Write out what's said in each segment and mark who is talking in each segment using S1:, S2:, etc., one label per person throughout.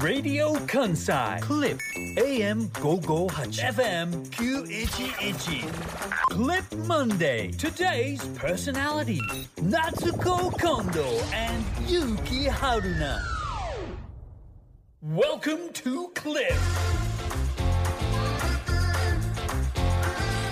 S1: Radio Kansai Clip AM 558 FM 911 E Clip Monday Today's personality Natsuko Kondo and Yuki Haruna Welcome to Clip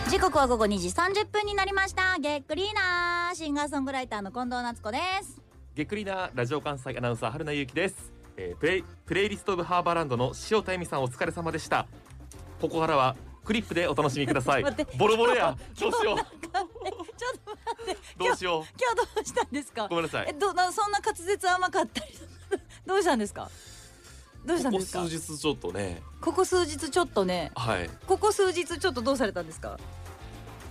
S2: 時刻は午後2時30分になりましたげっくりーなーシンガーソングライターの近藤夏子です
S3: げっくりなラジオ関西アナウンサー春名ゆうきです、えープレイプレイリストオブハーバーランドの塩田恵美さんお疲れ様でしたここからはクリップでお楽しみくださ い
S2: 待って
S3: ボロボロやどうしよう
S2: え ちょっと待って
S3: どうしよう
S2: 今日どうしたんですか
S3: ごめんなさい
S2: えどなそんな滑舌甘かったり どうしたんですかどうしたん
S3: ここ
S2: ですか
S3: 数日ちょっとね
S2: ここ数日ちょっとね
S3: はい
S2: ここ数日ちょっとどうされたんですか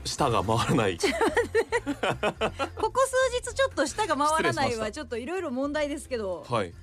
S3: 舌が回 らない
S2: ここ数日ちょっと舌が回らな
S3: 失礼
S2: い
S3: しまし
S2: は
S3: た
S2: ちょっといろいろ問題ですけど
S3: はい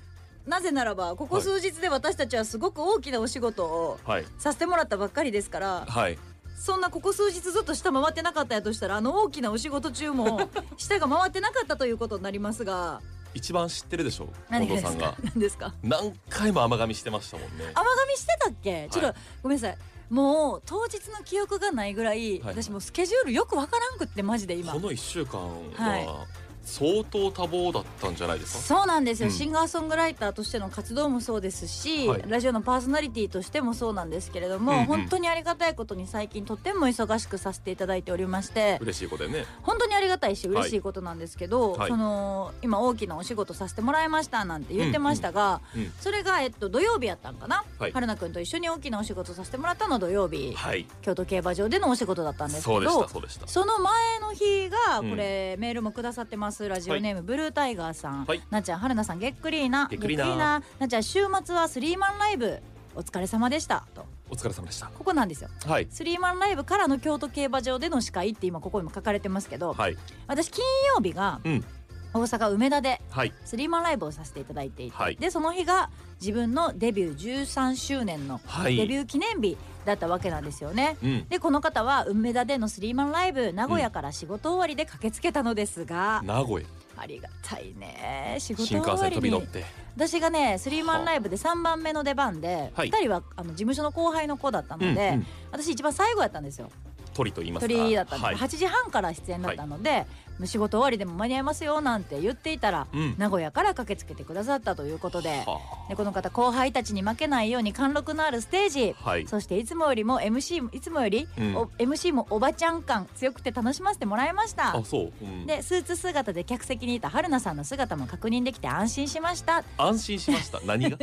S2: なぜならばここ数日で私たちはすごく大きなお仕事を
S3: はい
S2: させてもらったばっかりですから
S3: はい
S2: そんなここ数日ずっと下回ってなかったやとしたらあの大きなお仕事中も 下が回ってなかったということになりますが
S3: 一番知ってるでしょ近
S2: 何が
S3: 藤
S2: です
S3: さんが
S2: か何です か
S3: 何回も甘噛みしてましたもんね
S2: 甘噛みしてたっけちょっと、
S3: はい
S2: ごめんなさいもう当日の記憶がないぐらい、
S3: はい
S2: 私もうスケジュールよくわからんくってマジで今
S3: この一週間
S2: は
S3: は相当多忙だったんじゃないですか、
S2: そうなんですよ、
S3: うん
S2: シンガーソングライターとしての活動もそうですし、
S3: はい
S2: ラジオのパーソナリティとしてもそうなんですけれども、
S3: うんうん
S2: 本当にありがたいことに最近とっても忙しくさせていただいておりまして
S3: 嬉しいことだよね
S2: 本当にありがたいし
S3: い
S2: 嬉しいことなんですけど、
S3: はい
S2: その今大きなお仕事させてもらいましたなんて言ってましたが、
S3: うんうん
S2: それが、えっと、土曜日やったんかな、
S3: はい
S2: 春菜くんと一緒に大きなお仕事させてもらったの土曜日、
S3: はい
S2: 京都競馬場でのお仕事だったんですけ
S3: そうで
S2: ど
S3: したそうでした
S2: その前の日が
S3: うん
S2: これ、メールもくださってますラジオネーム、ブルータイガーさん、
S3: はい
S2: なっちゃん春菜さんげっくりーな
S3: げっくりーな
S2: なっちゃん週末はスリーマンライブお疲れ様でしたと
S3: お疲れ様でした
S2: ここなんですよ
S3: はい
S2: スリーマンライブからの京都競馬場での司会って今ここにも書かれてますけど、
S3: はい
S2: 私金曜日が
S3: うん
S2: 大阪梅田で
S3: はい
S2: スリーマンライブをさせていただいていて、
S3: はい
S2: でその日が自分のデビュー13周年の
S3: はい
S2: デビュー記念日だったわけなんですよね。
S3: うん
S2: でこの方は梅田でのスリーマンライブ名古屋から仕事終わりで駆けつけたのですが、
S3: 名古屋
S2: ありがたいね仕事終
S3: 新幹
S2: わ
S3: 線
S2: り
S3: 飛び乗っ
S2: に
S3: て
S2: 私がねスリーマンライブで3番目の出番で、
S3: はい
S2: 2人はあの事務所の後輩の子だったので、
S3: うんうん
S2: 私一番最後やったんですよ。
S3: 鳥と言いますか
S2: 鳥だったんで、
S3: はい
S2: 8時半から出演だったので、仕事終わりでも間に合いますよなんて言っていたら、
S3: うん
S2: 名古屋から駆けつけてくださったということで
S3: は
S2: でこの方後輩たちに負けないように貫禄のあるステージ
S3: あはい
S2: そしていつもよりも MC もいつもより、
S3: うん
S2: お MC もおばちゃん感強くて楽しませてもらいました
S3: あ。そう、うん、
S2: でスーツ姿で客席にいた春菜さんの姿も確認できて安心しました。
S3: 安心しました 何が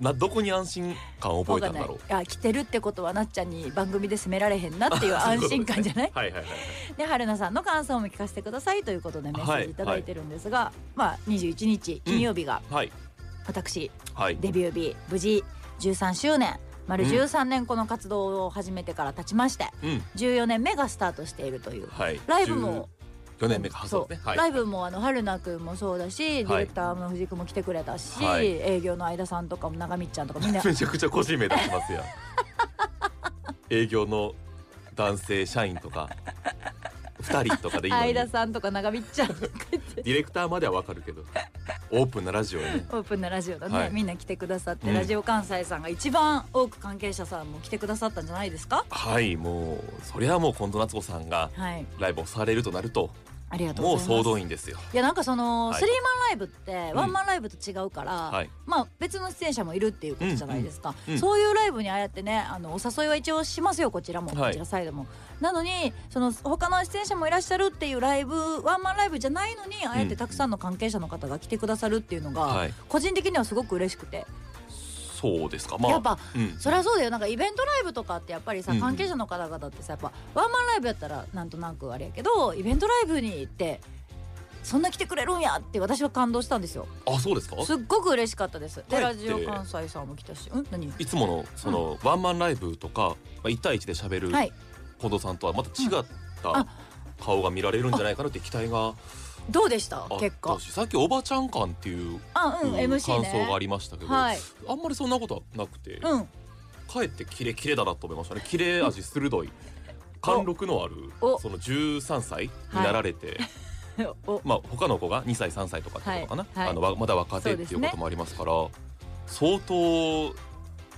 S3: などこに安心感を覚えたんだろう
S2: わかんないあ来てるってことはなっちゃんに番組で責められへんなっていう安心感じゃない
S3: そううことですねはいはいはいはい
S2: で春菜さんの感想も聞かせてくださいということでメッセージいただいてるんですが、まあ21日金曜日が
S3: はい
S2: 私
S3: はい
S2: デビュー日無事13周年丸
S3: うん
S2: 13年この活動を始めてから経ちまして
S3: うん
S2: 14年目がスタートしているという
S3: はい
S2: ライブも
S3: 4年目かそうですねはい
S2: ライブもあの春菜くんもそうだし、ディレクターの藤井くんも来てくれたし、
S3: はい
S2: 営業の相田さんとかも長光ちゃんとか みんな
S3: めちゃくちゃ個人名出しますやん営業の男性社員とか2人とかでいいのに
S2: 相田
S3: デ
S2: さんとか長光ちゃん とか言って
S3: ィレクターまではわかるけどオープンなラジオね
S2: オープンなラジオだね、
S3: はい
S2: みんな来てくださって、
S3: うん
S2: ラジオ関西さんが一番多く関係者さんも来てくださったんじゃないですか
S3: はいもうそりゃもう近藤夏子さんが
S2: はい
S3: ライブをされるとなると
S2: ありがとう
S3: も
S2: ご
S3: う
S2: ざいます
S3: 総動員ですよ
S2: いやなんかその、
S3: はい
S2: スリーマンライブって
S3: ん
S2: ワンマンライブと違うから、
S3: はい
S2: まあ別の出演者もいるっていうことじゃないですか、
S3: うんうんうん
S2: そういうライブにああやってねあのお誘いは一応しますよこちらも、
S3: はい
S2: こちらサイドもなのにその他の出演者もいらっしゃるっていうライブワンマンライブじゃないのにあえてたくさんの関係者の方が来てくださるっていうのが、
S3: はい
S2: 個人的にはすごく嬉しくて、
S3: そうですかまあ
S2: やっぱ
S3: うん
S2: そりゃそうだよなんかイベントライブとかってやっぱりさ
S3: うんうん
S2: 関係者の方々ってさやっぱワンマンライブやったらなんとなくあれやけどイベントライブに行ってそんな来てくれるんやって私は感動したんですよ
S3: あそうですか
S2: すっごく嬉しかったです
S3: 帰っ
S2: で
S3: て
S2: ラジオ関西さんも来たしうん何
S3: いつものそのワンマンライブとか、まあ、1対1で喋る
S2: はい
S3: 近藤さんとはまた違った、
S2: うんあ
S3: 顔が見られるんじゃないかなって期待が
S2: どうでした
S3: あっ
S2: 結果
S3: たしさっきおばちゃん感っていう
S2: あうん
S3: 感
S2: MC
S3: 想があ
S2: ね
S3: りましたけど、
S2: はい
S3: あんまりそんなことはなくて、
S2: うん
S3: かえってキレキレだなと思いましたねキレ味鋭い貫禄のある
S2: お
S3: その13歳になられて、
S2: お
S3: まあ他の子が2歳3歳とかってことかな、
S2: はいはい
S3: あのわまだ若手っていうこともありますからそ相当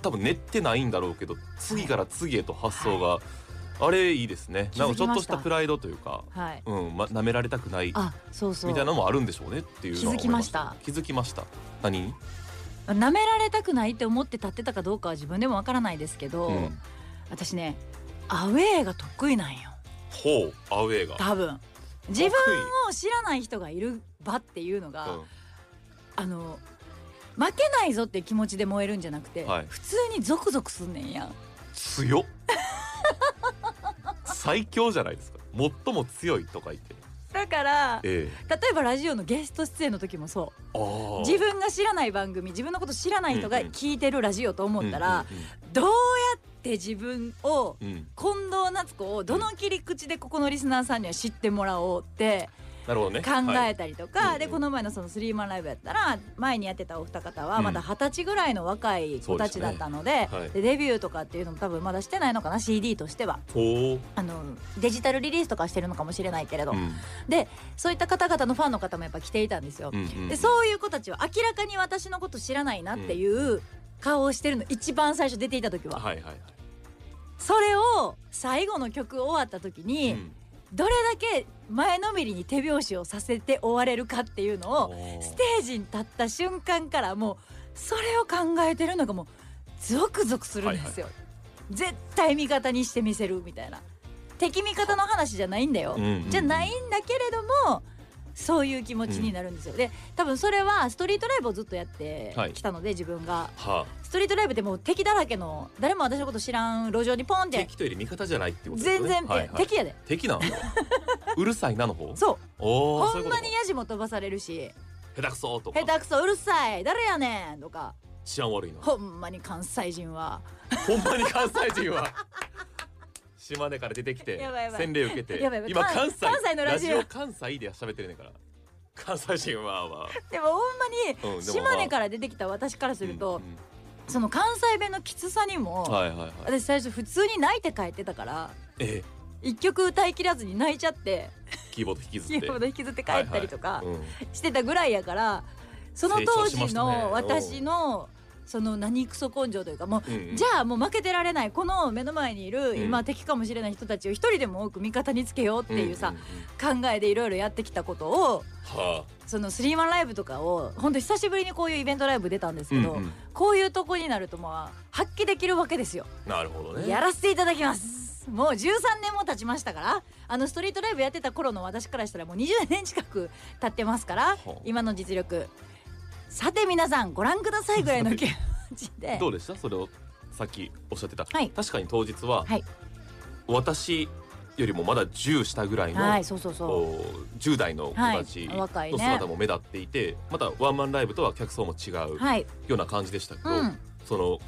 S3: 多分練ってないんだろうけど次から次へと発想が、あれいいですね
S2: 気
S3: なん
S2: づきま
S3: か
S2: した
S3: ちょっとしたプライドというか
S2: はい
S3: うんま舐められたくない
S2: あそうそう
S3: みたいなのもあるんでしょうねっていうのは思い気づきました何、
S2: 舐められたくないって思って立ってたかどうかは自分でもわからないですけど、
S3: うん、
S2: 私ねアウェーが得意なんよ
S3: ほうアウェーが
S2: 多分自分を知らない人がいる場っていうのが、あの負けないぞっていう気持ちで燃えるんじゃなくて、
S3: はい
S2: 普通にゾクゾクすんねんや
S3: 強っ 最強じゃないですか最も強いとか言って
S2: だから例
S3: え
S2: えばラジオのゲスト出演の時もそ
S3: えあ
S2: う
S3: あ
S2: 自分が知らない番組自分のこと知らない人が
S3: うんうん
S2: 聞いてるラジオと思ったら、どうやって自分を
S3: うんうんうんうん
S2: 近藤夏子をどの切り口でここのリスナーさんには知ってもらおうって
S3: なるほどね
S2: 考えたりとか、
S3: はい
S2: で
S3: うんうん
S2: この前のそのスリーマンライブやったら前にやってたお二方は
S3: うん
S2: まだ二十歳ぐらいの若い子たちだったので,、
S3: そうですねはい
S2: でデビューとかっていうのも多分まだしてないのかな CD としては
S3: ほ
S2: あのデジタルリリースとかしてるのかもしれないけれど、
S3: う、うん
S2: そういった方々のファンの方もやっぱ来ていたんですよ。
S3: うんうん、
S2: でそういう子たちは明らかに私のこと知らないなっていう顔をしてるの一番最初出ていた時は、
S3: はいはいはい、
S2: それを最後の曲終わった時に、
S3: うん
S2: どれだけ前のめりに手拍子をさせて終われるかっていうのをステージに立った瞬間からもうそれを考えてるのがもうゾクゾクするんですよ、絶対味方にしてみせるみたいな敵味方の話じゃないんだよ、
S3: うんうんうん
S2: じゃないんだけれどもそういう気持ちになるんですよ、で多分それはストリートライブをずっとやって
S3: はい
S2: きたので、自分が
S3: はあ、
S2: ストリートライブでもう敵だらけの誰も私のこと知らん路上にポンって
S3: 敵というより味方じゃないってことです
S2: 全
S3: ね
S2: 然、
S3: はいはい、
S2: 敵やで
S3: 敵なのうるさいなの方
S2: そう
S3: おお
S2: ほんまにヤジも飛ばされるし
S3: 下手くそとか
S2: 下手くそうるさい誰やねんとか
S3: 治安悪いな
S2: ほんまに関西人は
S3: ほんまに関西人は島根から出てきて
S2: やばいやばい
S3: 洗礼受けて
S2: やばいやばい
S3: 今
S2: 関
S3: 関西
S2: 関西のラジオ
S3: 関西で喋ってるね んから関西人はは、
S2: でもほん
S3: うん
S2: まに
S3: でもまあ
S2: 島根から出てきた私からすると、
S3: うん
S2: その関西弁のきつさにも、
S3: うんはいはいはい
S2: 私最初普通に泣いて帰ってたから
S3: ええ
S2: 一曲歌い切らずに泣いちゃって
S3: キーボード引きず
S2: キ
S3: って
S2: ーボード引きずって帰ったりとか
S3: はいはいうん
S2: してたぐらいやからその
S3: 成長
S2: 当
S3: しま
S2: 時
S3: したね
S2: の私のその何クソ根性というかもう
S3: うんうん
S2: じゃあもう負けてられないこの目の前にいる
S3: ん
S2: 今敵かもしれない人たちを一人でも多く味方につけようっていうさ
S3: んんん
S2: 考えでいろいろやってきたことを
S3: はあ
S2: そのスリーマンライブとかを本当久しぶりにこういうイベントライブ出たんですけど、
S3: うんうん
S2: こういうとこになるとまあ発揮できるわけですよ。
S3: なるほどね
S2: やらせていただきますもう13年も経ちましたからあのストリートライブやってた頃の私からしたらもう20年近く経ってますから
S3: ほう
S2: 今の実力さて皆さんご覧くださいぐらいの気持ちで
S3: どうでしたそれをさっきおっしゃってた、
S2: はい
S3: 確かに当日は、
S2: はい
S3: 私よりもまだ10下ぐらいの、
S2: はいそうそうそう
S3: こう10代の子たち
S2: はい若いね
S3: の姿も目立っていて、またワンマンライブとは客層も違う
S2: はい
S3: ような感じでしたけど、
S2: うん
S3: その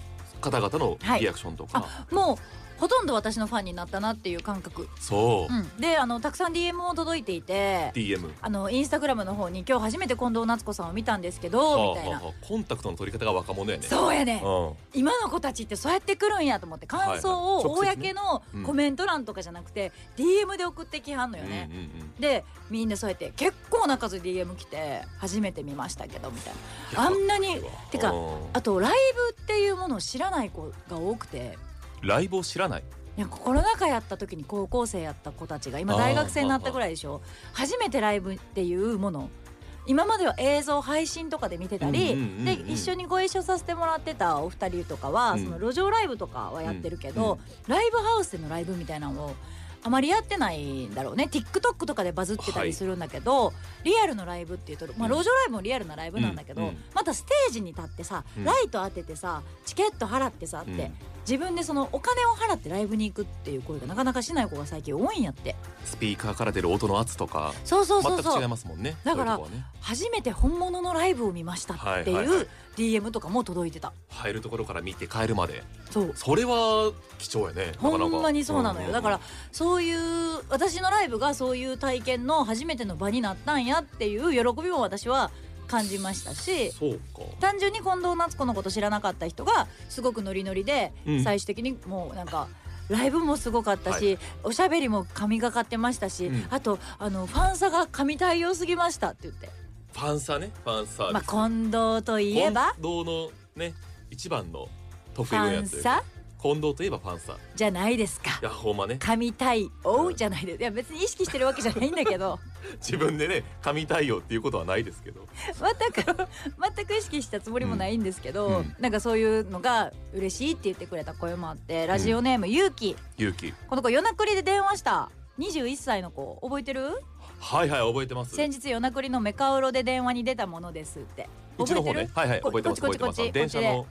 S3: 方々の
S2: はい
S3: リアクションとか、
S2: もうほとんど私のファンになったなっていう感覚、
S3: そう、
S2: うん、であのたくさん DM も届いていて
S3: DM
S2: あのインスタグラムの方に今日初めて近藤夏子さんを見たんですけ
S3: はあ
S2: どみ
S3: は
S2: たいな
S3: あはあコンタクトの取り方が若者やね
S2: そうやね
S3: うん
S2: 今の子たちってそうやって来るんやと思って感想を
S3: はいはい直接
S2: 公
S3: ね
S2: のコメント欄とかじゃなくて DM で送ってきはんのよね
S3: う。んうんうん
S2: でみんなそうやって結構な数 DM 来て初めて見ましたけどみたいないあ
S3: や
S2: んなに
S3: わ
S2: てか
S3: うん
S2: あとライブっていうものを知らない子が多くて
S3: ライブを知らない
S2: なんかコロナ禍やった時に高校生やった子たちが今
S3: あー
S2: 大学生になったぐらいでしょ初めてライブっていうもの今までは映像配信とかで見てたり、
S3: うんうんうんうん
S2: で一緒にご一緒させてもらってたお二人とかは、
S3: うん
S2: その路上ライブとかはやってるけど、
S3: うん
S2: ライブハウスでのライブみたいなのをあまりやってないんだろうね TikTok とかでバズってた
S3: はい
S2: りするんだけど、リアルのライブっていうと、まあ、
S3: うん
S2: 路上ライブもリアルなライブなんだけど、
S3: うんうん
S2: またステージに立ってさ
S3: うん
S2: ライト当ててさチケット払ってさって、
S3: うん
S2: 自分でそのお金を払ってライブに行くっていう声がなかなかしない子が最近多いんやって
S3: スピーカーから出る音の圧とか
S2: そうそうそう
S3: 全
S2: そ
S3: く違いうますもんね
S2: だから
S3: そういうとこはね
S2: 初めて本物のライブを見ましたって
S3: はい
S2: い
S3: はいは
S2: う
S3: い
S2: DM とかも届いてた
S3: 入るところから見て帰るまで
S2: そう
S3: それは貴重やねなかな
S2: ほ
S3: か
S2: んまにそうなの
S3: んん
S2: よ
S3: ん
S2: だからそういう私のライブがそういう体験の初めての場になったんやっていう喜びも私は感じましたし
S3: そうか
S2: 単純に近藤夏子のこと知らなかった人がすごくノリノリで、
S3: うん
S2: 最終的にもうなんか。ライブもすごかったし、おしゃべりも神がかってましたし、
S3: うん
S2: あとあのファンサが神対応すぎましたって言って、
S3: ファンサねファンサー
S2: まあ、近藤といえば
S3: 近藤のね一番の得意
S2: パ
S3: のや
S2: ン
S3: つ
S2: サ
S3: 近藤といえばパンサーい
S2: じゃないですか
S3: やほんまね
S2: 神対応じゃないですいや別に意識してるわけじゃないんだけ ど
S3: 自分でね神対応っていうことはないですけど
S2: 全く全く意識したつもりもないんですけど、
S3: うんうん
S2: なんかそういうのが嬉しいって言ってくれた声もあってラジオネームゆうき
S3: 勇気
S2: この子夜なくりで電話した21歳の子覚えてる
S3: はいはい覚えてます
S2: 先日夜なくりのメカウロで電話に出たものですって
S3: うち
S2: 覚えてる
S3: の方ねはいはい
S2: こ
S3: 覚えてます
S2: こっ
S3: 覚え
S2: ち
S3: てます
S2: こっち
S3: 電
S2: こ
S3: 車
S2: っち
S3: の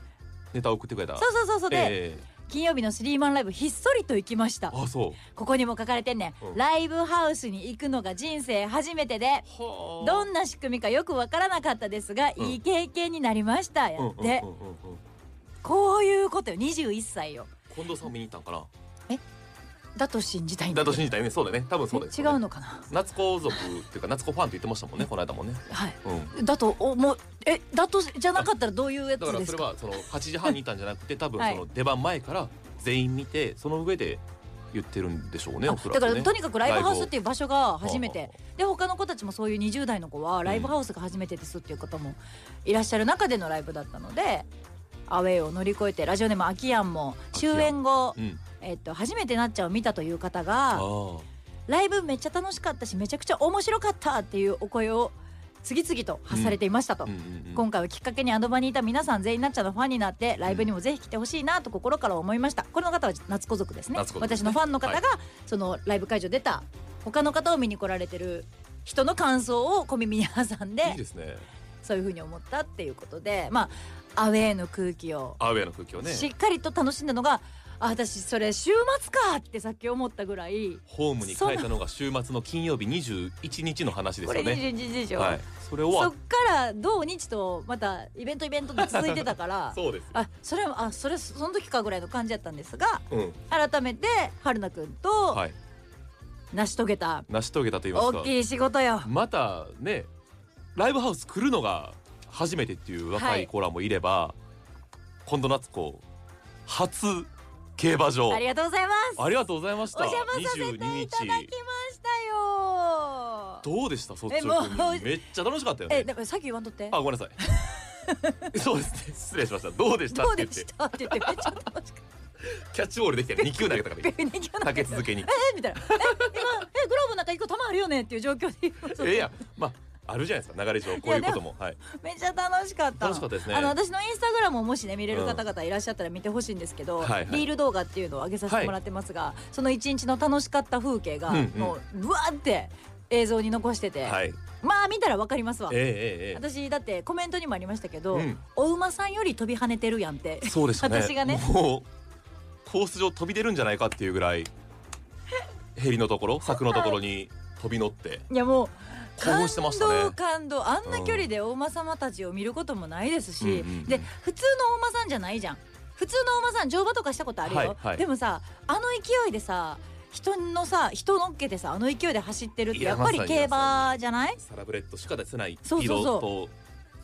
S3: ネタを送ってくれた
S2: そうそうそうそうで、
S3: え
S2: 金曜日のスリーマンライブひっそりと行きました
S3: えあそう
S2: ここにも書かれてんね、
S3: うん
S2: ん、ライブハウスに行くのが人生初めてで
S3: は
S2: ど
S3: ん
S2: んな仕組みかよくわからなかったですが、
S3: うん
S2: いい経験になりましたやって、
S3: うんうんうんうん
S2: こういうことよ21歳よ
S3: 近藤さん見に行ったんかな
S2: だと信じたいんだけど
S3: だと信じたよねそうだね多分そうだよ
S2: え
S3: ね
S2: 違うのかな
S3: 夏子族っていうか夏子ファンって言ってましたもんねこの間もね
S2: はい
S3: うん
S2: だと思うえだとじゃなかったらどういうやつ
S3: だから
S2: で
S3: そ
S2: す
S3: れ
S2: か
S3: はその8時半にいたんじゃなくて多分
S2: は
S3: そ
S2: い
S3: の出番前から全員見てその上で言ってるんでしょうねおそ
S2: あ
S3: ら
S2: だか
S3: く
S2: ら
S3: ね
S2: とにかくライブハウスっていう場所が初め
S3: は
S2: て
S3: あは
S2: で他の子たちもそういう20代の子はライブハウスが初めてですっていう方もいらっしゃる中でのライブだったのでアウェイを乗り越えてラジオネームアキヤンも終演後
S3: あ、うん
S2: えっと、初めてなっちゃんを見たという方
S3: あ
S2: が
S3: ー
S2: ライブめっちゃ楽しかったしめちゃくちゃ面白かったっていうお声を次々と発されていましたと
S3: うんうんうん
S2: 今回をきっかけにアドバにいた皆さん全員なっちゃんのファンになってライブにもぜひ来てほしいなと心から思いましたこの方は夏子族ですね
S3: 夏子族で
S2: 私
S3: すね
S2: のファンの方
S3: は
S2: が
S3: い
S2: そのライブ会場出た他の方を見に来られてる人の感想を小耳に挟んで
S3: いいですね
S2: そういうふうに思ったっていうことでまあアウェーの空気を
S3: アウェーの空気をね
S2: しっかりと楽しんだのが、あ私それ週末かってさっき思ったぐらい
S3: ホームに帰ったのが週末の金曜日21日の話で
S2: こ
S3: す
S2: れ
S3: よね
S2: 21日でしょ、
S3: はいそれ
S2: そ
S3: は
S2: っから同日とまたイベントイベントで続いてたから
S3: そうです
S2: あそれあそれその時かぐらいの感じだったんですが
S3: うん
S2: 改めて春菜くんと
S3: はい
S2: 成し遂げた
S3: 成し遂げたと言います
S2: 大
S3: か
S2: きい仕事よ。
S3: またねライブハウス来るのが初めてっていう若い子らもいれば、近藤夏子初競馬場
S2: ありがとうございます。
S3: ありがとうございました
S2: お邪魔させていただ
S3: 22
S2: きましたよ。
S3: どうでした率
S2: え
S3: 直に
S2: もう
S3: めっちゃ楽しかったよ
S2: え
S3: ね
S2: でもさっき言わんとって。
S3: あごめんなさい そうですね失礼しましたどうでした
S2: ど
S3: っ
S2: う
S3: て言
S2: で
S3: っ
S2: してたって言ってめっちゃ楽しかっ
S3: キャッチボールできたら2球投げたから
S2: た。
S3: 今
S2: 急に今日な
S3: 投
S2: んか
S3: げ続けに
S2: えみたいな。え今えグローブなんか一個球あるよねっていう状況で言うと
S3: えいやまああるじゃないですか流れ上こういうこともはい
S2: めっちゃ楽しかった。
S3: 楽しかったですね
S2: あの私のインスタグラムをもしね見れる方々いらっしゃったら見てほしいんですけど、
S3: はいはい
S2: リール動画っていうのを上げさせてもらってますが、その一日の楽しかった風景が、
S3: うんうん
S2: もうぶわって映像に残してて、
S3: はい
S2: まあ見たらわかりますわ。
S3: えええええ
S2: 私だってコメントにもありましたけど、
S3: うん
S2: お馬さんより飛び跳ねてるやんって
S3: えそうでしたね
S2: 私がね
S3: もうコース上飛び出るんじゃないかっていうぐらいヘリのところ柵のところに飛び乗って
S2: いやもう
S3: 興奮してました
S2: 感動
S3: ね
S2: 感動あんな距離でお馬様たちを見ることもないですし、
S3: うんうんうん
S2: で普通のお馬さんじゃないじゃん普通のお馬さん乗馬とかしたことあるよ、
S3: はいはい
S2: でもさあの勢いでさ人のさ人乗っけてさあの勢いで走ってるって
S3: いや
S2: やっぱ
S3: ま
S2: り
S3: さに
S2: 競馬じゃない
S3: サラブレッドしか出せないスピ
S2: そう
S3: ー
S2: そうそ
S3: ド
S2: う
S3: と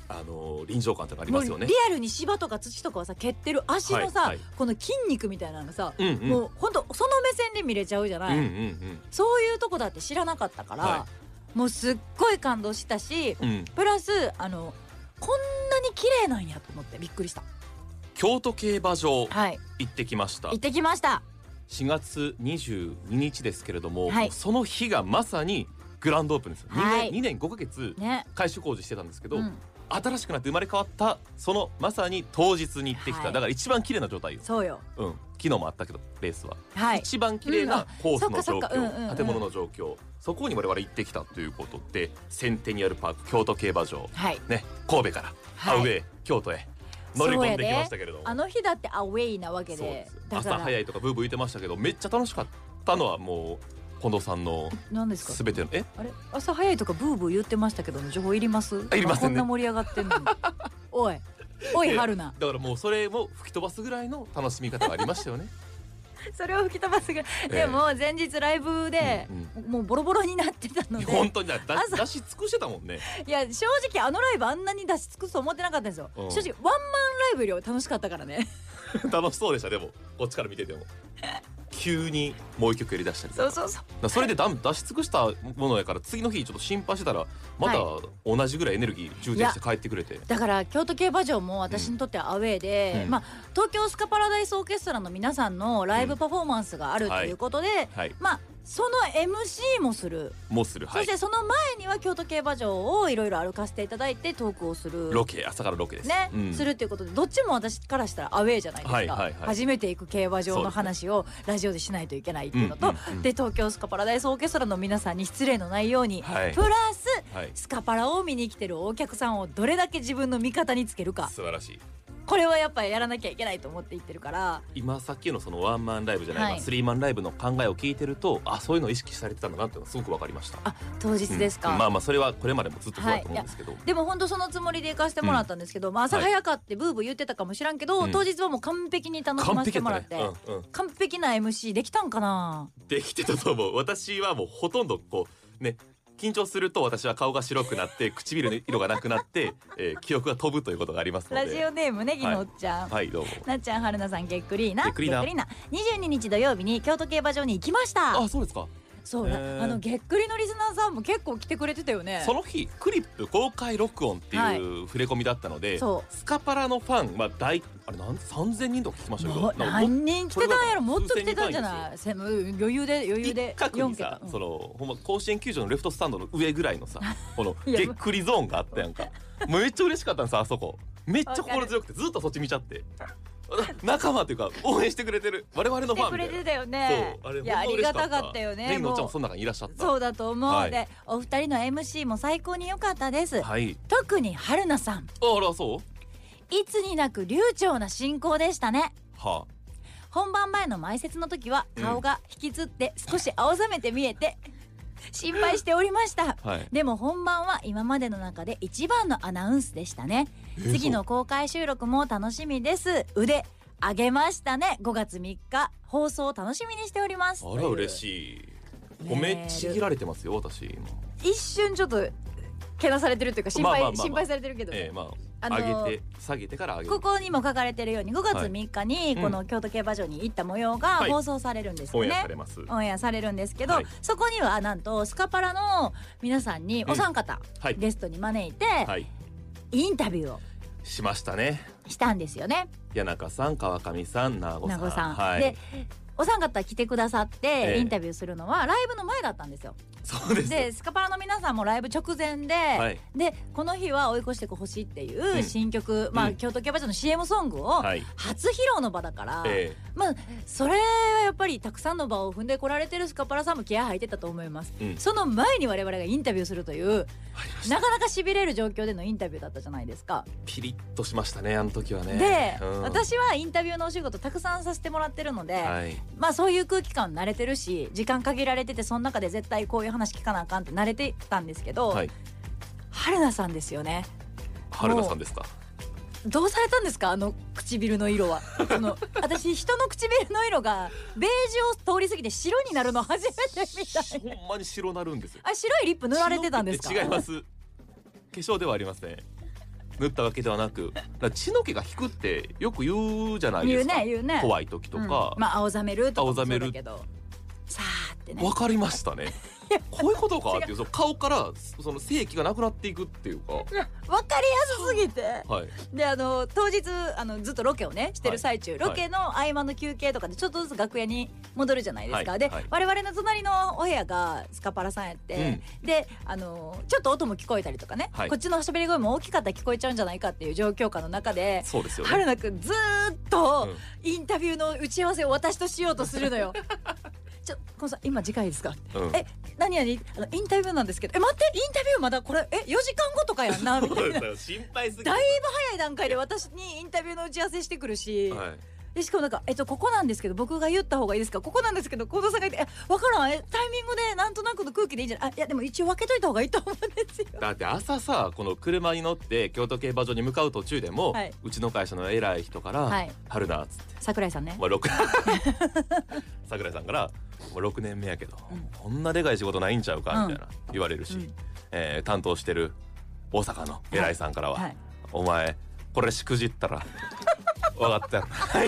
S3: あのー臨場感とかありますよ
S2: もう
S3: ね
S2: リアルに芝とか土とかをさ蹴ってる足のさ、
S3: はいはい
S2: この筋肉みたいなのがさ、
S3: うんうん
S2: もうほんとその目線で見れちゃうじゃない、
S3: うんうん
S2: そういうとこだって知らなかったから、
S3: は
S2: もうすっごい感動したし
S3: うんうん
S2: プラスあのこんなに綺麗なんやと思ってびっくりした
S3: 京都競馬場
S2: はい
S3: 行ってきました
S2: 行ってきました
S3: 4月22日ですけれども、
S2: はい
S3: もうその日がまさにグランドオープンですよ、2
S2: はい
S3: 年2年5ヶ月
S2: ね
S3: 改修工事してたんですけど、
S2: うん、
S3: 新しくなって生まれ変わったそのまさに当日に行ってきた、
S2: はい
S3: だから一番綺麗な状態よ、
S2: そうよ
S3: うん、昨日もあったけどレースは、
S2: はい
S3: 一番綺麗
S2: うん
S3: な
S2: あ
S3: コースの
S2: そ
S3: 状
S2: っかそっかう
S3: 況、
S2: んうんうん
S3: 建物の状況そこに我々行ってきたということでセンテニアルパーク京都競馬場
S2: はい
S3: ね神戸から、
S2: はい
S3: アウェー京都へ乗り込んできましたけれども
S2: あの日だってアウェイなわけ
S3: そうで
S2: ですだか
S3: 朝
S2: ら
S3: 早いとかブーブー言ってましたけどめっちゃ楽しかったのはもう近藤さんの
S2: 何ですか
S3: すべてのえ
S2: あれ朝早いとかブーブー言ってましたけど情報いりますい
S3: りませ
S2: こ
S3: んね
S2: んな盛り上がってんの においおい
S3: え
S2: 春菜
S3: だからもうそれも吹き飛ばすぐらいの楽しみ方がありましたよね
S2: それを吹き飛ばすぐらい、
S3: ええ
S2: でも前日ライブで、もうボロボロになってた ので
S3: 本当にだだ
S2: 朝
S3: 出し尽くしてたもんね
S2: いや正直あのライブあんなに出し尽くすと思ってなかったんですよ、
S3: うん
S2: 正直ワンマンライブよりは楽しかったからね
S3: 楽しそうでしたでもこっちから見てても急にもう一曲やりだしたりと
S2: そ
S3: か
S2: うそうそう
S3: だからそれでだ出し尽くしたものやから次の日ちょっと心配してたらまた同じぐらいエネルギー充填して帰ってくれて
S2: だから京都競馬場も私にとってはアウェーで、
S3: うん
S2: まあ、東京スカパラダイスオーケストラの皆さんのライブパフォーマンスがある
S3: うん
S2: ということで、
S3: はい
S2: まあその MC もする、
S3: もうするは
S2: そ
S3: い
S2: してその前には京都競馬場をいろいろ歩かせていただいてトークをする
S3: ロケ朝からロケです
S2: ね、
S3: うん
S2: するっていうことでどっちも私からしたらアウェーじゃないですか、
S3: はいはいはい
S2: 初めて行く競馬場の話をラジオでしないといけないっていうのと、
S3: うんうんうん
S2: で東京スカパラダイスオーケストラの皆さんに失礼のないように、
S3: はい
S2: プラス
S3: はい
S2: スカパラを見に来てるお客さんをどれだけ自分の味方につけるか
S3: 素晴らしい
S2: これはやっぱりやらなきゃいけないと思って言ってるから
S3: 今さっきのそのワンマンライブじゃない、
S2: はい
S3: まあスリーマンライブの考えを聞いてるとあそういうのを意識されてたんだなっていうのがすごくわかりました
S2: あ当日ですか、
S3: うんまあまあそれはこれまでもずっとそうだと思うんですけど、
S2: でも本当そのつもりで行かせてもらったんですけど、まあ、朝早かってブーブー言ってたかもしらんけど、
S3: うん
S2: 当日はもう完璧に楽しませてもらって完
S3: 完
S2: 璧,、
S3: 璧だったね、
S2: な MC できたんかな
S3: うんうん、できてたと思う私はもうほとんどこうね緊張すると私は顔が白くなって唇の色がなくなって、 えー記憶が飛ぶということがありますので
S2: ラジオネームねぎのおっちゃん、
S3: はいどうも
S2: なっちゃんはるなさんげっくりーな
S3: げっくりーな
S2: 22日土曜日に京都競馬場に行きました
S3: あそうですか、
S2: そうだ
S3: へー
S2: あのげっくりのリスナーさんも結構来てくれてたよね
S3: その日クリップ公開録音って
S2: はい
S3: いう触れ込みだったので、
S2: そ
S3: スカパラのファンは大あれなん3000人とか聞きましたけど
S2: もう
S3: なんかもっと
S2: 何人来てたんやろもっと来てたんじゃ
S3: 数千人単位
S2: ないせもう余裕で余裕
S3: 一
S2: で
S3: 角に
S2: 4
S3: さ
S2: 桁、うん
S3: そのほんま甲子園球場のレフトスタンドの上ぐら いのさこの
S2: いや
S3: げっくりゾーンがあったやんかめっちゃ嬉しかったんさあそこめっちゃ心強くてずっとそっち見ちゃってあ仲間というか応援してくれてる我々の
S2: 来
S3: ファ
S2: て
S3: ン
S2: くれて
S3: みたいな
S2: たよね
S3: そうあれ
S2: いやあ
S3: ほんま
S2: り
S3: 嬉
S2: が
S3: しか
S2: た
S3: った
S2: かったよ
S3: ネ
S2: ね
S3: ギのおっちゃん
S2: も
S3: も
S2: う
S3: その中にいらっしゃった
S2: そうだと思う、
S3: はい
S2: でお二人の MC も最高に良かったです、
S3: はい
S2: 特に春菜さん
S3: ああらそう
S2: いつになく流暢な進行でしたね
S3: は
S2: 本番前の前説の時は
S3: うん
S2: 顔が引きつって少し青ざめて見えて心配しておりました
S3: あはい
S2: でも本番は今までの中で一番のアナウンスでしたね次の公開収録も楽しみです腕上げましたね5月3日放送を楽しみにしております
S3: あら嬉
S2: い
S3: しい褒めちぎられてますよ私今
S2: 一瞬ちょっとけなされてるというか心配、
S3: まあまあまあまあ
S2: 心配されてるけど、
S3: ええまあ、
S2: あのー
S3: 上げて下げてから上げ
S2: こ
S3: る
S2: こにも書かれてるように5月3日に
S3: うん
S2: この京都競馬場に行った模様が
S3: はい
S2: 放送されるんです
S3: オ
S2: よ
S3: ン
S2: ね、
S3: エアされます
S2: オンエアされるんですけど、
S3: はい
S2: そこにはなんとスカパラの皆さんにお三方、
S3: はい
S2: ゲストに招いて、
S3: はい
S2: インタビューを
S3: しましたね
S2: したんですよね
S3: 谷中さん川上さん名護
S2: 名
S3: さ
S2: 護
S3: ん
S2: さん。
S3: はい、
S2: でお三方来てくださって、
S3: ええ
S2: インタビューするのはライブの前だったんですよ。
S3: そうです
S2: でスカパラの皆さんもライブ直前で、
S3: はい
S2: でこの日は追い越してほしいっていう新曲、ま
S3: う
S2: あ
S3: ん
S2: 京都競馬場の CM ソングを
S3: はい
S2: 初披露の場だから、
S3: え
S2: まあそれはやっぱりたくさんの場を踏んでこられてるスカパラさんも気合入ってたと思います。
S3: えうん
S2: その前に我々がインタビューするという
S3: 入りました
S2: なかなかしびれる状況でのインタビューだったじゃないですか。
S3: ピリッとしましたねあの時はね
S2: で、
S3: うん
S2: 私はインタビューのお仕事たくさんさせてもらってるので、
S3: はい
S2: まあそういう空気感慣れてるし時間限られててその中で絶対こういう話聞かなあかんって慣れてたんですけど、
S3: はい
S2: 春菜さんですよね
S3: 春菜さんですか
S2: どうされたんですかあの唇の色はそ の私人の唇の色がベージュを通り過ぎて白になるの初めて見た
S3: ほんまに白なるんですよ
S2: あ白いリップ塗られてたんですか
S3: 白くて違います化粧ではありません塗ったわけではなくだから血の気が引くってよく言うじゃないで
S2: 言う
S3: すか
S2: ね言うね
S3: 怖い時とか、
S2: うんまあ青ざめるとかもそ
S3: 青ざめ
S2: う
S3: る
S2: だけどさあってね
S3: わかりました ねこういうことかっていうその顔からその性器がなくなっていくっていうか
S2: いやわかりやすすぎて
S3: はい
S2: であの当日あのずっとロケをねしてる最中、
S3: い
S2: ロケの合間の休憩とかでちょっとずつ楽屋に戻るじゃないですか、
S3: はい
S2: で、
S3: はい
S2: 我々の隣のお部屋がスカパラさんやって、であのちょっと音も聞こえたりとかね、
S3: はい
S2: こっちの喋り声も大きかったら聞こえちゃうんじゃないかっていう状況下の中で。
S3: そうですよね
S2: 春菜くんずーっとインタビューの打ち合わせを私としようとするの よ。ちょこのさん今次回ですか
S3: うんうん
S2: え何々あのインタビューなんですけどえ待ってインタビューまだこれえ4時間後とかやんなみたいな
S3: 心配すぎて
S2: だいぶ早い段階で私にインタビューの打ち合わせしてくるし、
S3: はい
S2: でしかもなんか、えっと、ここなんですけど僕が言った方がいいですかここなんですけど近藤さんが言って「分からんえタイミングでなんとなくの空気でいいんじゃないあいやでも一応分けといた方がいいと思うんですよ」
S3: だって朝さこの車に乗って京都競馬場に向かう途中でも、
S2: はいう
S3: ちの会社の偉い人から「
S2: はい
S3: 春だ」っつって、
S2: 桜井さんね
S3: まあ、6 桜井さんから「もう6年目やけど、
S2: うん
S3: こんなでかい仕事ないんちゃうか」
S2: うん
S3: みたいな言われるし、
S2: うん
S3: えー担当してる大阪の偉いさんからは「
S2: はい
S3: お前これしくじったら
S4: 分かった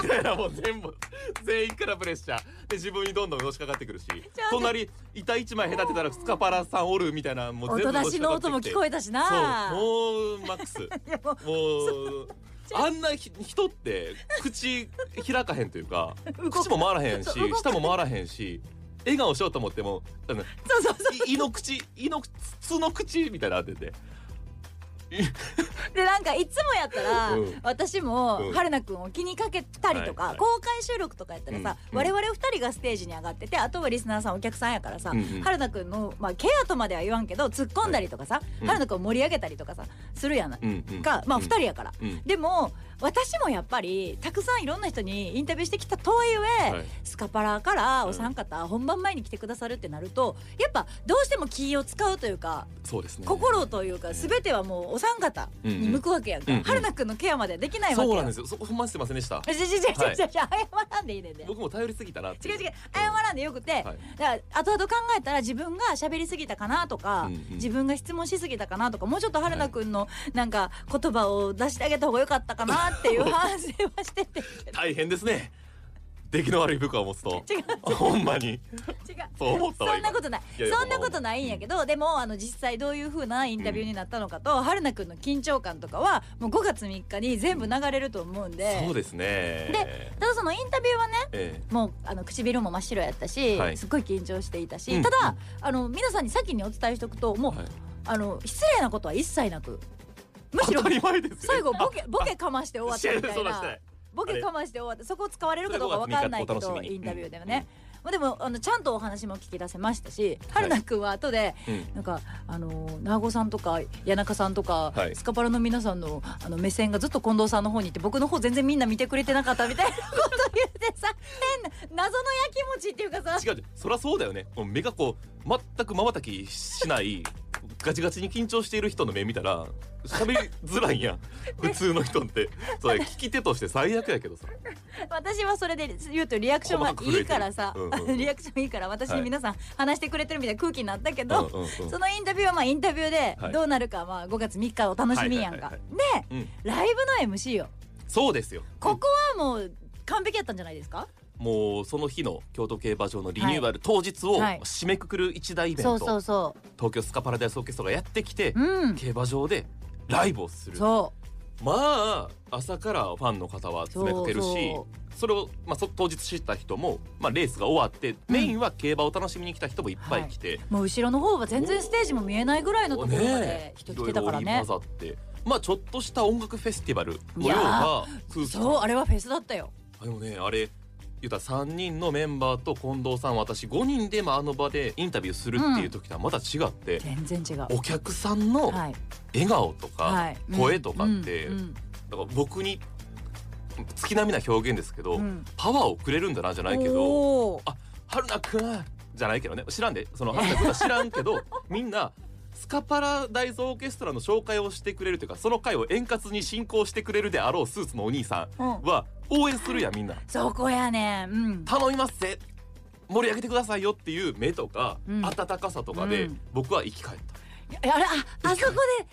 S3: みたいなもう全部全員からプレッシャーで自分にどんどんのしかかってくるし隣板一枚隔てたらスカパラさんおるみたいなもう
S2: お
S3: 全
S2: と
S3: 部
S2: なしの音も聞こ
S3: え
S2: えたしな
S3: そうもうマック ス
S2: いやもう
S3: もうあんなひ人って口開かへんというか
S2: 動く
S3: 口も回らへんし
S2: そう動く
S3: 舌も回らへんし笑顔しようと思ってもあの
S2: そうそうそ
S3: 胃の口胃の筒の口みたいなの当てて
S2: うでなんかいつもやったら、
S3: うん
S2: 私も
S3: うん
S2: 春菜くんを気にかけたりとか、
S3: はいはい
S2: 公開収録とかやったらさ、
S3: うん
S2: 我々二人がステージに上がっててあとはリスナーさんお客さんやからさ、
S3: うんうん
S2: 春菜くんの、まあ、ケアとまでは言わんけど突っ込んだりとかさ、
S3: うん
S2: 春菜くんを盛り上げたりとかさするやない、
S3: うんうん
S2: がまあ
S3: うん
S2: 二人やから、
S3: うん
S2: でも私もやっぱりたくさんいろんな人にインタビューしてきたとはいえ、
S3: はい
S2: スカパラからお三方本番前に来てくださるってなるとやっぱどうしても気を使うというか
S3: そうですね
S2: 心というか全てはもうお三方に向くわけやんか、
S3: うんうん
S2: 春菜くんのケアまではできないわけ
S3: そう
S2: よ
S3: なんですよそほんますいませんでした
S2: じゃじゃじゃじゃじゃじゃ謝らんでいいねんで
S3: 僕も頼りすぎたなって
S2: 違う違う謝らんでよくて、
S3: はい
S2: だから後々考えたら自分が喋りすぎたかなとか、
S3: うんうん
S2: 自分が質問しすぎたかなとかもうちょっと春菜くんのなんか言葉を出してあげた方が良かったかなっていう反省はしてて
S3: 大変ですね出来の悪い部下を持つと
S2: 違う違う
S3: ほんまにそう思ったわ
S2: そん
S3: 今
S2: なことない
S3: いやいや
S2: そんなことないんやけど、でもあの実際どういう風なインタビューになったのかと、春菜くんの緊張感とかはもう5月3日に全部流れると思うんで
S3: そうですね
S2: でただそのインタビューはね
S3: ええ
S2: もうあの唇も真っ白やったし、
S3: はい
S2: すっごい緊張していたし、
S3: うん
S2: ただあの皆さんに先にお伝えしておくともう、
S3: はい
S2: あの失礼なことは一切なくむしろ
S3: 当たり前ですよ
S2: 最後ボケボケかまして終わったみた
S3: そ
S2: いう
S3: なんし
S2: な
S3: てない
S2: ボケかまして終わってそこを使われるかどうかわかんないけ
S3: それ
S2: ど
S3: は見
S2: イ
S3: 方お楽しみに
S2: ンタビューではね、まあ、でもあのちゃんとお話も聞き出せましたし春菜くんは後で、
S3: うん
S2: なんかあのー名護さんとか谷中さんとか、
S3: はい
S2: スカパラの皆さんのあの目線がずっと近藤さんの方に行って僕の方全然みんな見てくれてなかったみたいなこと言ってさ変な謎のやきもちっていうかさ
S3: 違う違うそりゃそうだよねもう目がこう全くまばたきしないガチガチに緊張している人の目見たら喋りづら いやん普通の人ってそれ聞き手として最悪やけどさ
S2: 私はそれで言うとリアクションがいいからさ、
S3: 細かく震えてるうんうん
S2: リアクションいいから私
S3: は
S2: に
S3: い
S2: 皆さん話してくれてるみたいな空気になった けど、
S3: うんうんうん
S2: そのインタビューはまあインタビューで
S3: はい
S2: どうなるかはまあ5月3日お楽しみやんか、
S3: はいはい
S2: で
S3: うん
S2: ライブの MC よ
S3: そうですよ
S2: ここはもう完璧やったんじゃないですか、
S3: もうその日の京都競馬場のリニューアル当日を
S2: はい
S3: 締めくくる一大イベン
S2: そ
S3: ト
S2: うそう
S3: 東
S2: そ
S3: 京スカパラダイスオーケストラがやってきて
S2: ううん
S3: 競馬場でライブをする
S2: そう
S3: まあ朝からファンの方は詰めかけるし
S2: そ
S3: そう
S2: そ
S3: れを、まあ、そ当日知った人も、まあ、レースが終わってメインは競馬を楽しみに来た人もいっぱい来て、
S2: もう後ろの方は全然ステージも見えないぐらいのところまで
S3: ね
S2: 人来てたから
S3: いろいろ
S2: ね
S3: 織り交ざってまあちょっとした音楽フェスティバルのよう
S2: いや
S3: な空気
S2: そうあれはフェスだったよ
S3: あでもねあれ言うたら3人のメンバーと近藤さん私5人で、まあ、あの場でインタビューするっていう時とはまた違って、
S2: 全然違う
S3: お客さんの
S2: はい
S3: 笑顔とか、
S2: はい
S3: 声とかって、
S2: うんうん
S3: だから僕に月並みな表現ですけど、
S2: うん
S3: パワーをくれるんだなじゃないけど
S2: おー
S3: 春菜くんじゃないけどね知らんでその春菜くんは知らん けどみんなスカパラダイスオーケストラの紹介をしてくれるというかその回を円滑に進行してくれるであろうスーツのお兄さ
S2: うん
S3: んは応援するやんみんな
S2: そこやねんうん
S3: 頼みますぜ盛り上げてくださいよっていう目とか、
S2: うん
S3: 温かさとかで、
S2: うん
S3: 僕は生き返っ
S2: いやあれああそこで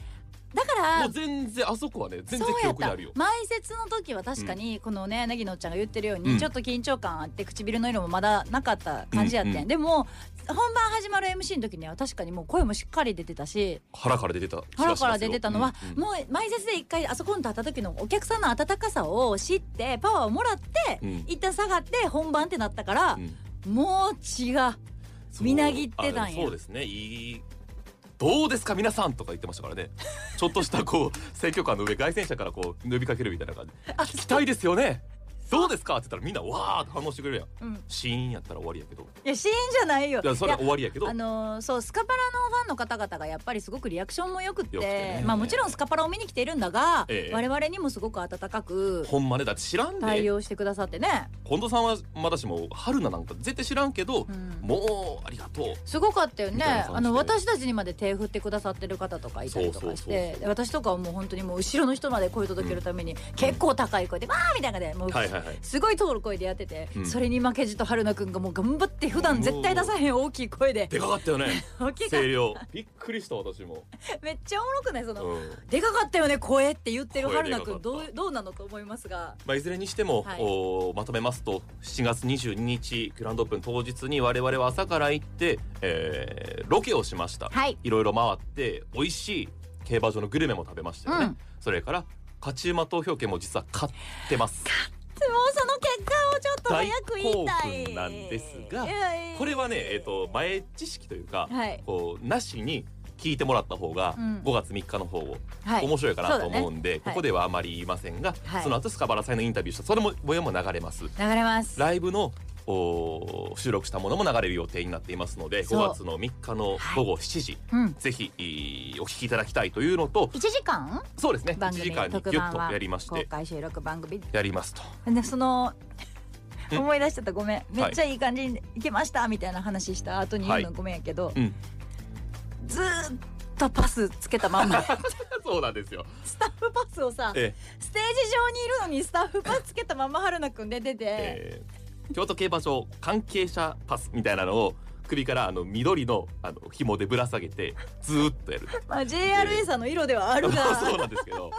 S2: だか
S3: たも
S2: ら
S3: う全然あそこはね全然
S2: そう
S3: 記
S2: やっ
S3: 憶に
S2: た
S3: あるよ
S2: 前説の時は確かにこのねなぎのっちゃんが言ってるように、
S3: うん
S2: ちょっと緊張感あって唇の色もまだなかった感じやってん、
S3: うんうん
S2: でも本番始まる MC の時には確かにもう声もしっかり出てたし
S3: 腹から出てた気がしますよ
S2: 腹から出てたのは、
S3: うんうん
S2: もう前説で一回あそこに立った時のお客さんの温かさを知ってパワーをもらって、
S3: うん
S2: 一旦下がって本番ってなったから
S3: う、ん
S2: もう違う
S3: そう
S2: みなぎってたんや
S3: あでもそうですねいいどうですか皆さんとか言ってましたから ねちょっとしたこう選挙カーの上凱旋車からこう呼びかけるみたいな感じ聞きたいですよねどうですかって言ったらみんなわーって反応してくれるやん
S2: うん、い
S3: シーンやったら終わりやけど
S2: やシーンじゃないよ
S3: いやそれはい
S2: や
S3: 終わりやけど
S2: あのーそうスカパラのファンの方々がやっぱりすごくリアクションもよくって
S3: よくてね
S2: まあ、もちろんスカパラを見に来ているんだが、
S3: ええ
S2: 我々にもすごく温かく
S3: ほんまねだって知らん
S2: 対
S3: で
S2: 応してくださってね、
S3: 近藤さんはまだしも春菜なんか絶対知らんけど、
S2: うん
S3: もうありがとう
S2: すごかったよ
S3: み
S2: ね
S3: たいな感じで
S2: あの私たちにまで手振ってくださってる方とかいたりとかし
S3: そうそうそう
S2: てで私とかはもう本当にもう後ろの人まで声届けるために結構高い声で「わー!」みたいなのでもう
S3: はいはいはいはい
S2: すごい通る声でやってて、
S3: うん
S2: それに負けじと春菜くんがもう頑張って普段絶対出さへん大きい声で
S3: でかかったよね
S2: 大きい声
S3: 声量びっくりした私も、
S2: めっちゃおもろくないその、
S3: うん
S2: でかかったよね声って言ってる
S3: 声
S2: 春
S3: でか
S2: 菜
S3: か
S2: く
S3: った
S2: んどうどうなのと思いますが
S3: まあ、いずれにしても、
S2: はい
S3: おまとめますと7月22日グランドオープン当日に我々は朝から行って、えーロケをしました、
S2: はい
S3: ろいろ回って美味しい競馬場のグルメも食べましたよね、
S2: うん
S3: それから勝ち馬投票券も実は買ってます
S2: もうその結果をちょっと早く言いたい
S3: 大興奮なんですが
S2: いやいや
S3: これはね、えー、と前知識というか、
S2: はい
S3: こうなしに聞いてもらった方が
S2: うん
S3: 5月3日の方を
S2: はい
S3: 面白いか
S2: そ
S3: な
S2: うだ
S3: と
S2: ね
S3: 思うんで、ここではあまり言いませんが、
S2: はい
S3: その後スカバラ祭のインタビューしたそれも模様も流れます
S2: 流れます
S3: ライブのお収録したものも流れる予定になっていますので
S2: そう
S3: 5月の3日の午後7時、
S2: うん
S3: ぜひえーお聞きいただきたいというのと
S2: 1時間
S3: そうですね1
S2: 番組
S3: 時間に
S2: 特
S3: ギュッ
S2: 番
S3: と
S2: は
S3: やりまし
S2: 公
S3: て
S2: 開収録番組
S3: やりますと
S2: でその
S3: うん
S2: 思い出しちゃったごめんめっちゃいい感じにいけましたみたいな話した後に言うの
S3: は
S2: ごめんやけど、
S3: うん
S2: ずーっとパスつけたまん ま
S3: そうなんですよ
S2: スタッフパスをさ
S3: え
S2: ステージ上にいるのにスタッフパスつけたまんま春菜くん出てて、
S3: えー京都競馬場関係者パスみたいなのを首からあの緑のあの紐でぶら下げてずーっ とやる
S2: まあ、JRA さんの色ではあるが、
S3: そうなんですけど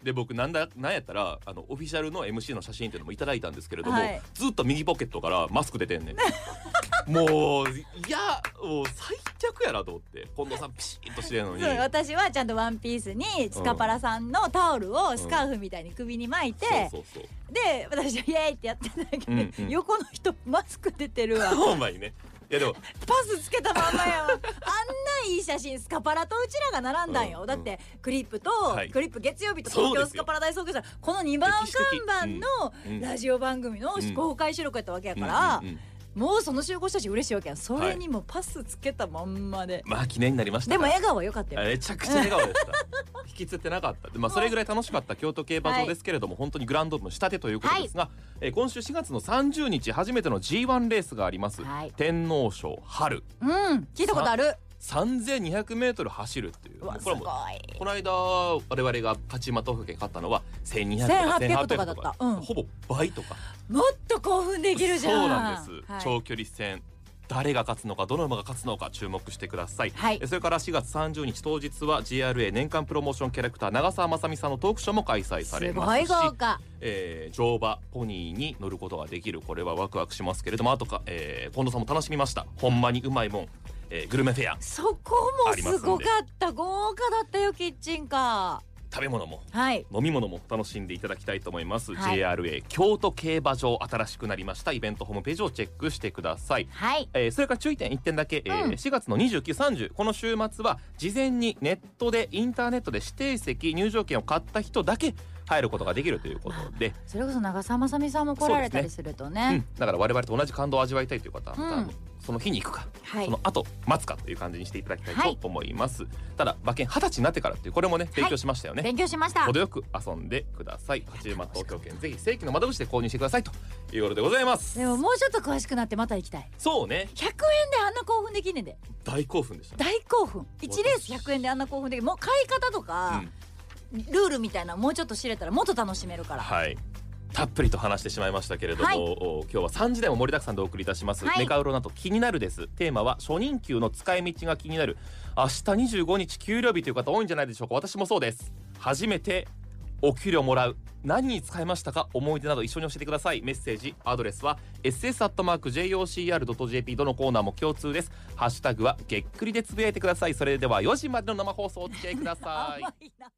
S3: で僕なんだなんやったらあのオフィシャルの MC の写真っていうのもいただいたんですけれども、
S2: はい
S3: ずっと右ポケットからマスク出てんねん もういやもう最悪やなと思って近藤さんピシッとしてるのに
S2: そう私はちゃんとワンピースにスカパラさんのタオルをスカーフみたいに首に巻いて、
S3: そうそう
S2: で私はイエーイってやってんだけど、
S3: うんうん
S2: 横の人マスク出てるわ
S3: そうほんまにねいやでも
S2: パスつけたまんまやわあんないい写真スカパラとうちらが並んだんよ、
S3: うん
S2: だってクリップと、
S3: はい
S2: クリップ月曜日と
S3: そう
S2: 東
S3: ですよ
S2: 京スカパラ大総合したこの2番
S3: 歴史的
S2: 看板の
S3: うんうん
S2: ラジオ番組の
S3: うん
S2: 公開収録やったわけやから、
S3: うんうんうん
S2: もうその集合したち嬉しいわけやんそれにもパスつけたまんまで、
S3: まあ記念になりました
S2: でも
S3: から
S2: 笑顔は良かったよ、
S3: あめちゃくちゃ笑顔でした引きつってなかったで、まあ、それぐらい楽しかった京都競馬場ですけれども、本当にグランドオープンしたてということですが、えー今週4月の30日初めての G1 レースがあります、
S2: はい
S3: 天皇賞春
S2: うん聞いたことある
S3: 3200メートル走るっていう
S2: うわす
S3: これ
S2: ごい
S3: もこの間我々が勝ち馬投票券買ったのは1200とか
S2: 1800とか
S3: 1800とか
S2: だったうん
S3: ほぼ倍とか
S2: もっと興奮できるじゃん
S3: そうなんです、
S2: はい
S3: 長距離戦誰が勝つのかどの馬が勝つのか注目してください、
S2: はい
S3: えそれから4月30日当日は GRA 年間プロモーションキャラクター長澤まさみさんのトークショーも開催され
S2: す
S3: ま
S2: ご
S3: す
S2: い
S3: し
S2: 豪華
S3: えー乗馬ポニーに乗ることができるこれはワクワクしますけれどもあとか、えー近藤さんも楽しみましたほんまにうまいもん、えーグルメフェア
S2: そこもすごかった豪華だったよキッチンカ
S3: 食べ物も
S2: ーはい
S3: 飲み物も楽しんでいただきたいと思います、
S2: はい
S3: JRA 京都競馬場新しくなりましたイベントホームページをチェックしてください
S2: はい
S3: えーそれから注意点1点だけ、えー
S2: うん
S3: 4月の2930この週末は事前にネットでインターネットで指定席入場券を買った人だけ入ることができるということで、
S2: それこそ長澤まさみさんも来られたりするとね
S3: うん、だから我々と同じ感動を味わいたいという方はまたあ
S2: う
S3: の、
S2: ん
S3: その日に行くか、
S2: はい
S3: その後待つかという感じにしていただきた
S2: はい
S3: いと思います、ただ馬券二十歳になってからっていうこれもね勉強しましたよね、
S2: 勉強しました
S3: 程よく遊んでください勝ち馬投票券ぜひ正規の窓口で購入してくださいということでございます
S2: でももうちょっと詳しくなってまた行きたい
S3: そうね
S2: 100円であんな興奮できんねんで
S3: 大興奮でしたね
S2: 大興奮1レース100円であんな興奮できるもう買い方とか、ルールみたいなのもうちょっと知れたらもっと楽しめるから
S3: はい。たっぷりと話してしまいましたけれども、
S2: はい
S3: お今日は3時台も盛りだくさんでお送りいたします、
S2: はい
S3: メカウロなど気になるですテーマは初任給の使い道が気になる明日25日給料日という方多いんじゃないでしょうか私もそうです初めてお給料もらう何に使いましたか思い出など一緒に教えてくださいメッセージアドレスは ss.jocr.jp どのコーナーも共通ですハッシュタグはげっくりでつぶやいてくださいそれでは4時までの生放送お付き合いください
S2: 甘いな